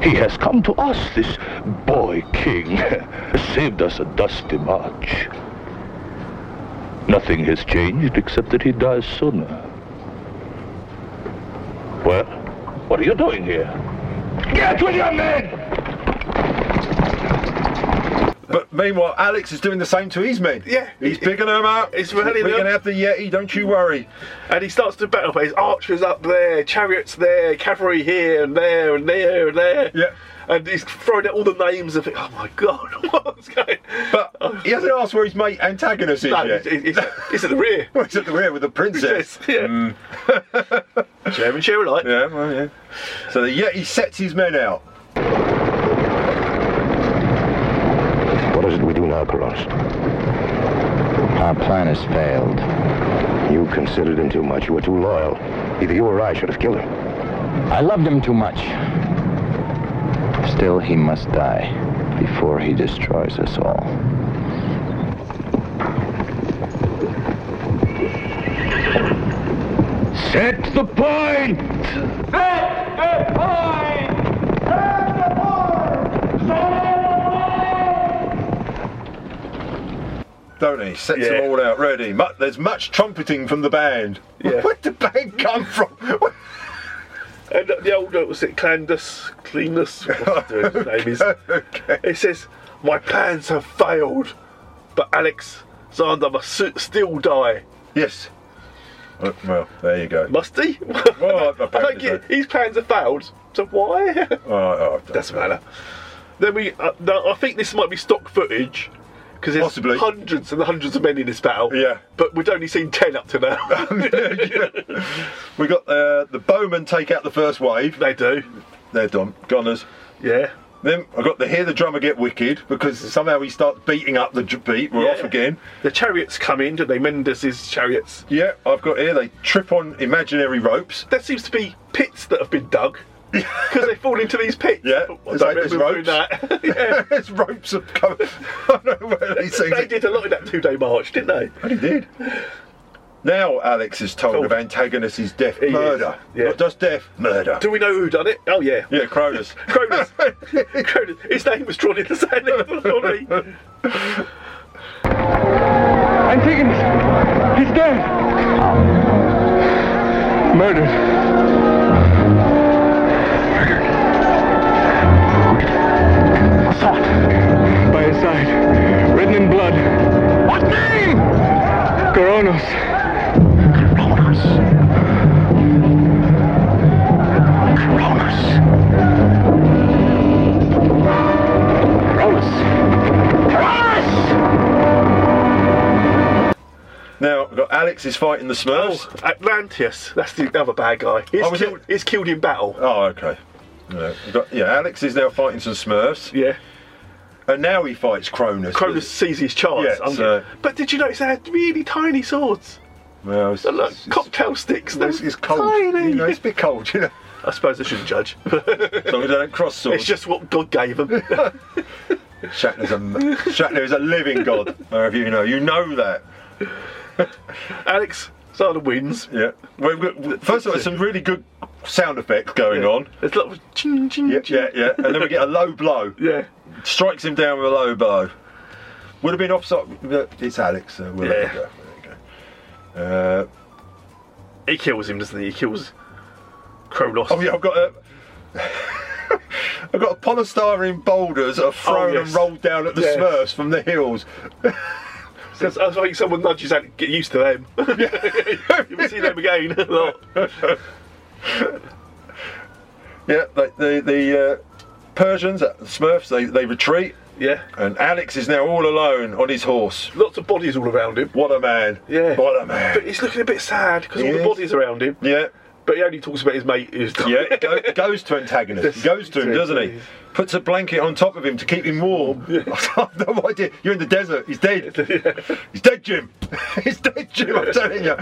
M: He has come to us, this boy king. Saved us a dusty march. Nothing has changed except that he dies sooner. Well, what are you doing here? Get with your men!
B: But meanwhile, Alex is doing the same to his men.
A: Yeah.
B: He's picking them out.
A: He's
B: We're
A: ready now.
B: going to have the Yeti, don't you worry.
A: And he starts to battle, but his archers up there, chariots there, cavalry here and there and there and there.
B: Yeah.
A: And he's throwing out all the names of it. Oh my god, what's going
B: But he hasn't asked where his mate antagonist is
A: Oh. No,
B: yet.
A: he's- he's- he's at the rear.
B: well, he's at the rear with the princess. Mm,
A: yeah. Chairman, share alike.
B: Yeah, well, yeah. So the Yeti sets his men out.
N: What is it we do now, Carlos? Our plan has failed. You considered him too much. You were too loyal. Either you or I should have killed him.
K: I loved him too much. Still, he must die before he destroys us all.
M: Set the point!
B: Don't he? Sets them all out ready. Mu- there's much trumpeting from the band. Where'd the band come from?
A: And the old, what was it, Clandus, Cleanus, what's the dude's name is. It says, My plans have failed, but Alex Zander must su- still die.
B: Yes. Well, there you go.
A: Must he? I don't
B: apparently
A: get His plans have failed, so why? Doesn't matter. Then we, uh, no, I think this might be stock footage. Because there's hundreds and hundreds of men in this battle. Yeah. But we've only seen ten up to now.
B: We got uh, the bowmen take out the first wave.
A: They do.
B: They're done. Gunners.
A: Yeah.
B: Then I got to hear the drummer get wicked because somehow he starts beating up the dr- beat. We're off again.
A: The chariots come in, don't they? Mendes's chariots.
B: Yeah, I've got here. They trip on imaginary ropes.
A: There seems to be pits that have been dug. Because they fall into these pits. Yeah,
B: There's, there's ropes. there's ropes of co- I don't know where these things.
A: They did a lot in that two-day march, didn't they?
B: They did. Now Alex is told of antagonist's death,
A: is,
B: murder, not just death, murder.
A: Do we know who done it? Oh yeah.
B: Yeah, Cronus.
A: Cronus. Cronus. His name was drawn in the sand. next to the lorry.
L: Antigonus! He's dead! Murdered. Assault! By his side, written in blood. What name? Coronos. Coronos. Coronos. Coronos. Coronos!
B: Now we've got Alex is fighting the Smurfs.
A: Atlanteus. Oh, That's the other bad guy. He's,
B: Oh, was
A: killed, he's killed in battle.
B: Oh, okay. Yeah, we've got- yeah, Alex is now fighting some Smurfs.
A: Yeah.
B: And now he fights Cronus.
A: Cronus sees his chance.
B: Yeah,
A: I'm-
B: so-
A: But did you notice they had really tiny swords?
B: Well, it's,
A: And look, cocktail sticks.
B: it's,
A: they're
B: it's cold.
A: Tiny.
B: You know, it's a bit cold. You know.
A: I suppose I shouldn't judge.
B: As long as they don't cross swords.
A: It's just what God gave them.
B: Shatner's a Shatner is a living god. However, you know, you know that.
A: Alex Zada wins.
B: Yeah. Well, we- first of all, there's some really good sound effects going on.
A: There's a lot of ching, ching,
B: yeah, yeah, yeah. And then we get a low blow.
A: Yeah.
B: Strikes him down with a low blow. Would have been offside. but It's Alex. So we'll let
A: Yeah.
B: it go. There you go. Uh,
A: He kills him, doesn't he? He kills Kronos.
B: Oh yeah, I've got a. I've got a polystyrene boulders are thrown and
A: Oh, yes.
B: rolled down at the
A: Yes.
B: Smurfs from the hills.
A: Because I think someone nudges out, to get used to them. you will see them again.
B: Yeah, the the, the uh, Persians, uh, Smurfs, they, they retreat.
A: Yeah.
B: And Alex is now all alone on his horse.
A: Lots of bodies all around him.
B: What a man.
A: Yeah.
B: What a man.
A: But he's looking a bit sad because
B: He
A: all
B: is.
A: the bodies around him.
B: Yeah.
A: But he only talks about his mate who's
B: Yeah, it go, it goes to antagonist. It goes to him, doesn't he? Puts a blanket on top of him to keep him warm. I've no idea. You're in the desert. He's dead. He's dead, Jim. He's dead, Jim. I'm telling you.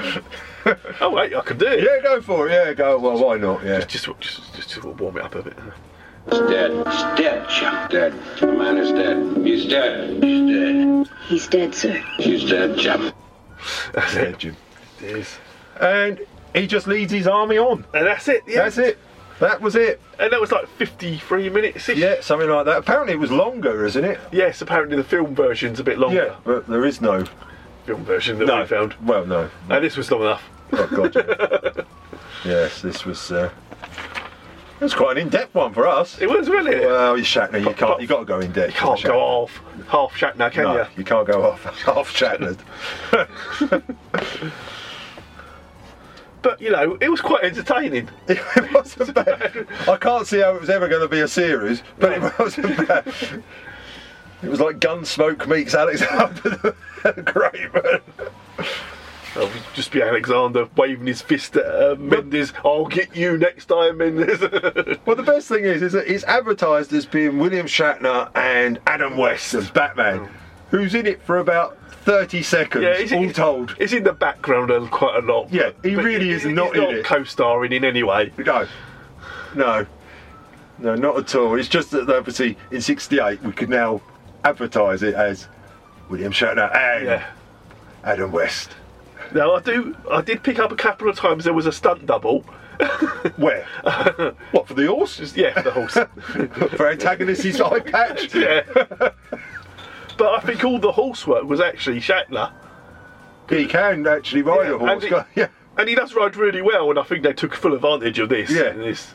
A: oh wait, I can do it.
B: Yeah, go for it. Yeah, go. Well, why not? Yeah.
A: Just, just, just, just, just warm it up a bit.
C: He's dead. He's dead, Chum. Dead. The man is dead. He's dead. He's dead.
O: He's dead, sir.
C: He's dead, Chum.
B: That's it, Jim.
A: It is.
B: And he just leads his army on.
A: And that's it. Yeah.
B: That's it. That was it.
A: And that was like 53 minutes.
B: Yeah, something like that. Apparently, it was longer, isn't it?
A: Yes, apparently the film version's a bit longer.
B: Yeah, but there is no
A: Film version that we found.
B: Well, no.
A: And this was long enough.
B: Oh God. yeah. yes, this was. Uh, it was quite an in-depth one for us.
A: It was, wasn't it?
B: Well, you Shatner, you can't. You got to go in depth.
A: You can't go off half shot now, can
B: no,
A: you?
B: you can't go off half Shatner.
A: But you know, it was quite entertaining.
B: it wasn't bad. I can't see how it was ever going to be a series, but it wasn't bad. It was like Gunsmoke meets Alexander the Great. Man.
A: It'll just be Alexander waving his fist at uh, Mendes. I'll get you next time, Mendes.
B: Well, the best thing is, is that it's advertised as being William Shatner and Adam West as Batman, who's in it for about 30 seconds,
A: Yeah, he's-
B: all told.
A: It's in the background a- quite a lot.
B: Yeah, he
A: but
B: really
A: he-
B: is
A: he's
B: not in
A: not
B: it.
A: co-starring in any way.
B: No, no, no, not at all. It's just that obviously in '68 we could now advertise it as William Shatner and
A: Yeah.
B: Adam West.
A: Now I do. I did pick up a couple of times. There was a stunt double.
B: Where? what for the horses?
A: Yeah, the horse.
B: for antagonists, his eye patch.
A: yeah. but I think all the horse work was actually Shatner.
B: He can actually ride a
A: and,
B: horse. can't
A: he, and he does ride really well, and I think they took full advantage of this.
B: Yeah.
A: and this.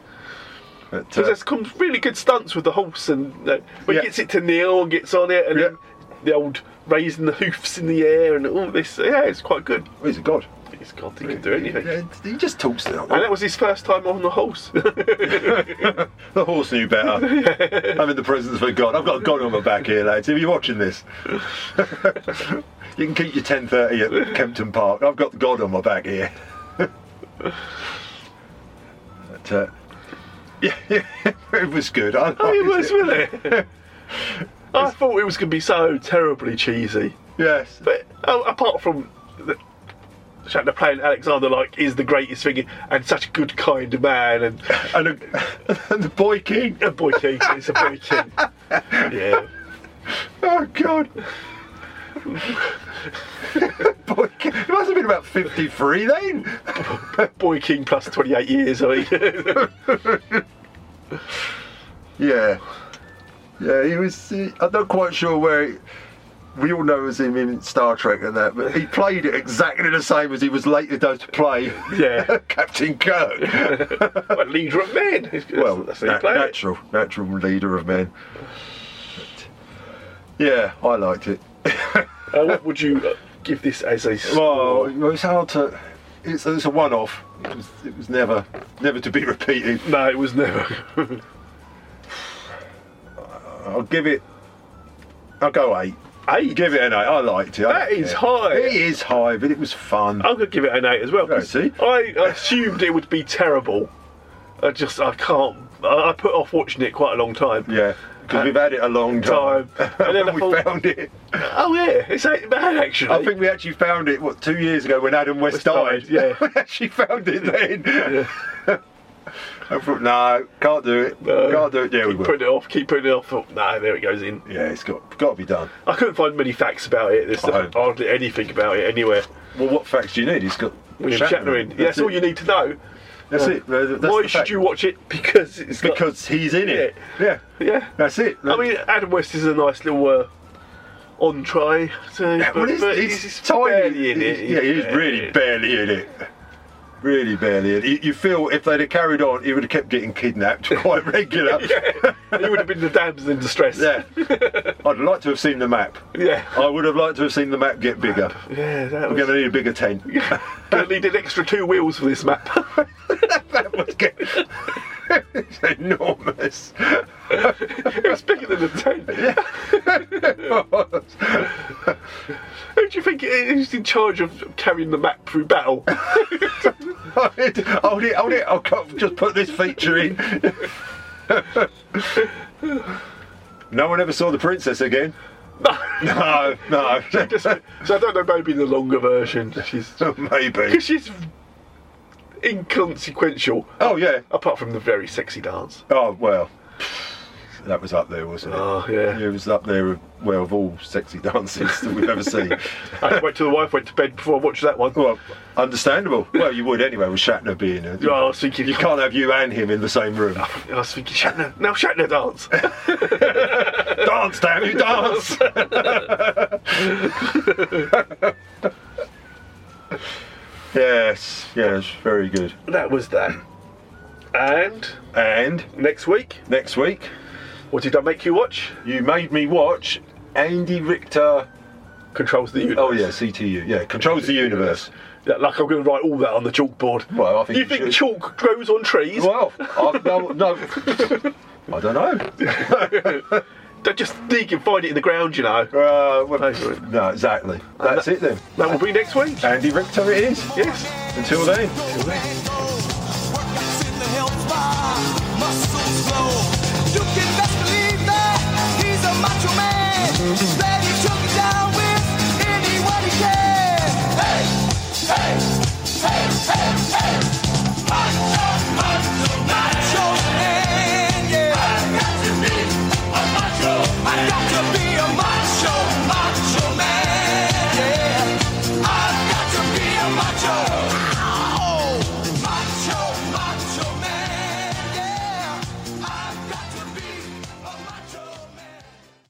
B: But,
A: Because
B: uh,
A: there's some really good stunts with the horse, and uh, when
B: Yeah.
A: he gets it to kneel and gets on it, and then the old raising the hoofs in the air and all this. Yeah, it's quite good.
B: uh, oh, he's a god.
A: He's God, he can do anything.
B: Yeah, He just talks to them.
A: And that was his first time on the horse.
B: The horse knew better. I'm in the presence of a god. I've got a god on my back here, lads. If you're watching this, you can keep your 10:30 at Kempton Park. I've got the god on my back here. but, uh, yeah, yeah, it was good. I
A: oh, it
B: liked
A: was, wasn't it? I thought it was going to be so terribly cheesy.
B: Yes.
A: But oh, apart from the, Shatner playing Alexander, like, is the greatest thing and such a good, kind man, and
B: and, a, and the boy king.
A: A boy king. It's a boy king. yeah.
B: Oh god. Boy, King- he must have been about 53 then.
A: Boy King plus 28 years, I mean.
B: Yeah. Yeah, he was. He, I'm not quite sure where. He, we all know as him in Star Trek and that, but he played it exactly the same as he was later done to play
A: yeah.
B: Captain Kirk.
A: Well, leader of men. That's-
B: well,
A: that's how you
B: na-
A: play it.
B: natural, natural leader of men. But, yeah, I liked it.
A: Uh, what would you uh, give this as a
B: Well,
A: score?
B: it's hard to. It's, it's a one-off. It was, it was never, never to be repeated.
A: No, it was never.
B: I'll give it. I'll go eight.
A: Eight?
B: Give it an eight. I liked it. I
A: That
B: don't
A: is
B: care.
A: high. Uh,
B: It is high, but it was fun.
A: I'm going to give it an 8 as well.
B: Right,
A: 'cause
B: see?
A: I assumed it would be terrible. I just, I can't. I I put off watching it quite a long time.
B: Yeah, because we've had it a long time.
A: Time. And then I
B: we
A: thought-
B: found it.
A: Oh, yeah, it's 8 bad actually.
B: I think we actually found it what two years ago when Adam West,
A: West died,
B: died.
A: yeah.
B: we actually found it then. I thought, no, can't do it.
A: No.
B: can't do it. Yeah, we
A: keep
B: will.
A: putting it off, keep putting it off. Oh, no, there it goes in.
B: Yeah, it's got got to be done.
A: I couldn't find many facts about it. There's
B: Oh.
A: hardly anything about it anywhere.
B: Well, what facts do you need? It's got
A: William Shatner in. Yeah,
B: That's
A: that's all you need to know.
B: That's it. Uh, that's
A: Why
B: the
A: should
B: fact.
A: you watch it? Because it's got-
B: Because he's in it. Yeah,
A: yeah.
B: that's it.
A: I mean, Adam West is a nice little uh, entree. So,
B: Yeah, well,
A: but-
B: he's,
A: but
B: he's
A: he's
B: tiny.
A: barely in it.
B: He's- yeah, he's
A: barely
B: really
A: in it.
B: barely in it. really barely. And You, you feel if they'd have carried on, he would have kept getting kidnapped quite regular.
A: He would have been the damsel in distress.
B: Yeah. I'd like to have seen the map.
A: Yeah.
B: I would have liked to have seen the map get bigger.
A: Yeah, that
B: We're
A: was.
B: going to need a bigger tent.
A: Gonna need an extra two wheels for this map.
B: it's enormous.
A: it was bigger than the tent. Who do you think is in charge of carrying the map through battle?
B: hold it, hold it, hold it. I'll co- just put this feature in. no one ever saw the princess again. No, no, no.
A: Just- so I don't know. Maybe the longer version. She's
B: maybe.
A: because she's inconsequential.
B: Oh yeah.
A: Apart from the very sexy dance.
B: Oh well, that was up there, wasn't it?
A: Oh yeah.
B: It was up there, of- well, of all sexy dances that we've ever seen.
A: I had to wait till the wife went to bed before I watched that one.
B: Well, understandable. Well, you would anyway with Shatner being there.
A: I was thinking.
B: You can't have you and him in the same room.
A: I was thinking Shatner. Now Shatner dance.
B: dance, damn you, dance! yes, yes, very good.
A: that was that. And
B: And
A: next week,
B: next week,
A: what did I make you watch?
B: you made me watch Andy Richter.
A: Controls the universe.
B: Oh yeah, CTU. Yeah, controls the universe.
A: Yeah, like I'm going to write all that on the chalkboard.
B: Oh, Well, I think
A: You
B: you
A: think
B: should.
A: chalk grows on trees?
B: Well, I've no, no, I don't know.
A: Don't just dig and find it in the ground, you know.
B: Uh, well,
A: Basically.
B: no, exactly. That's it then.
A: That will be next week.
B: Andy Richter, it is.
A: Yes.
B: Until then.
O: Muscles glow. You can best believe that he's a macho man. Stay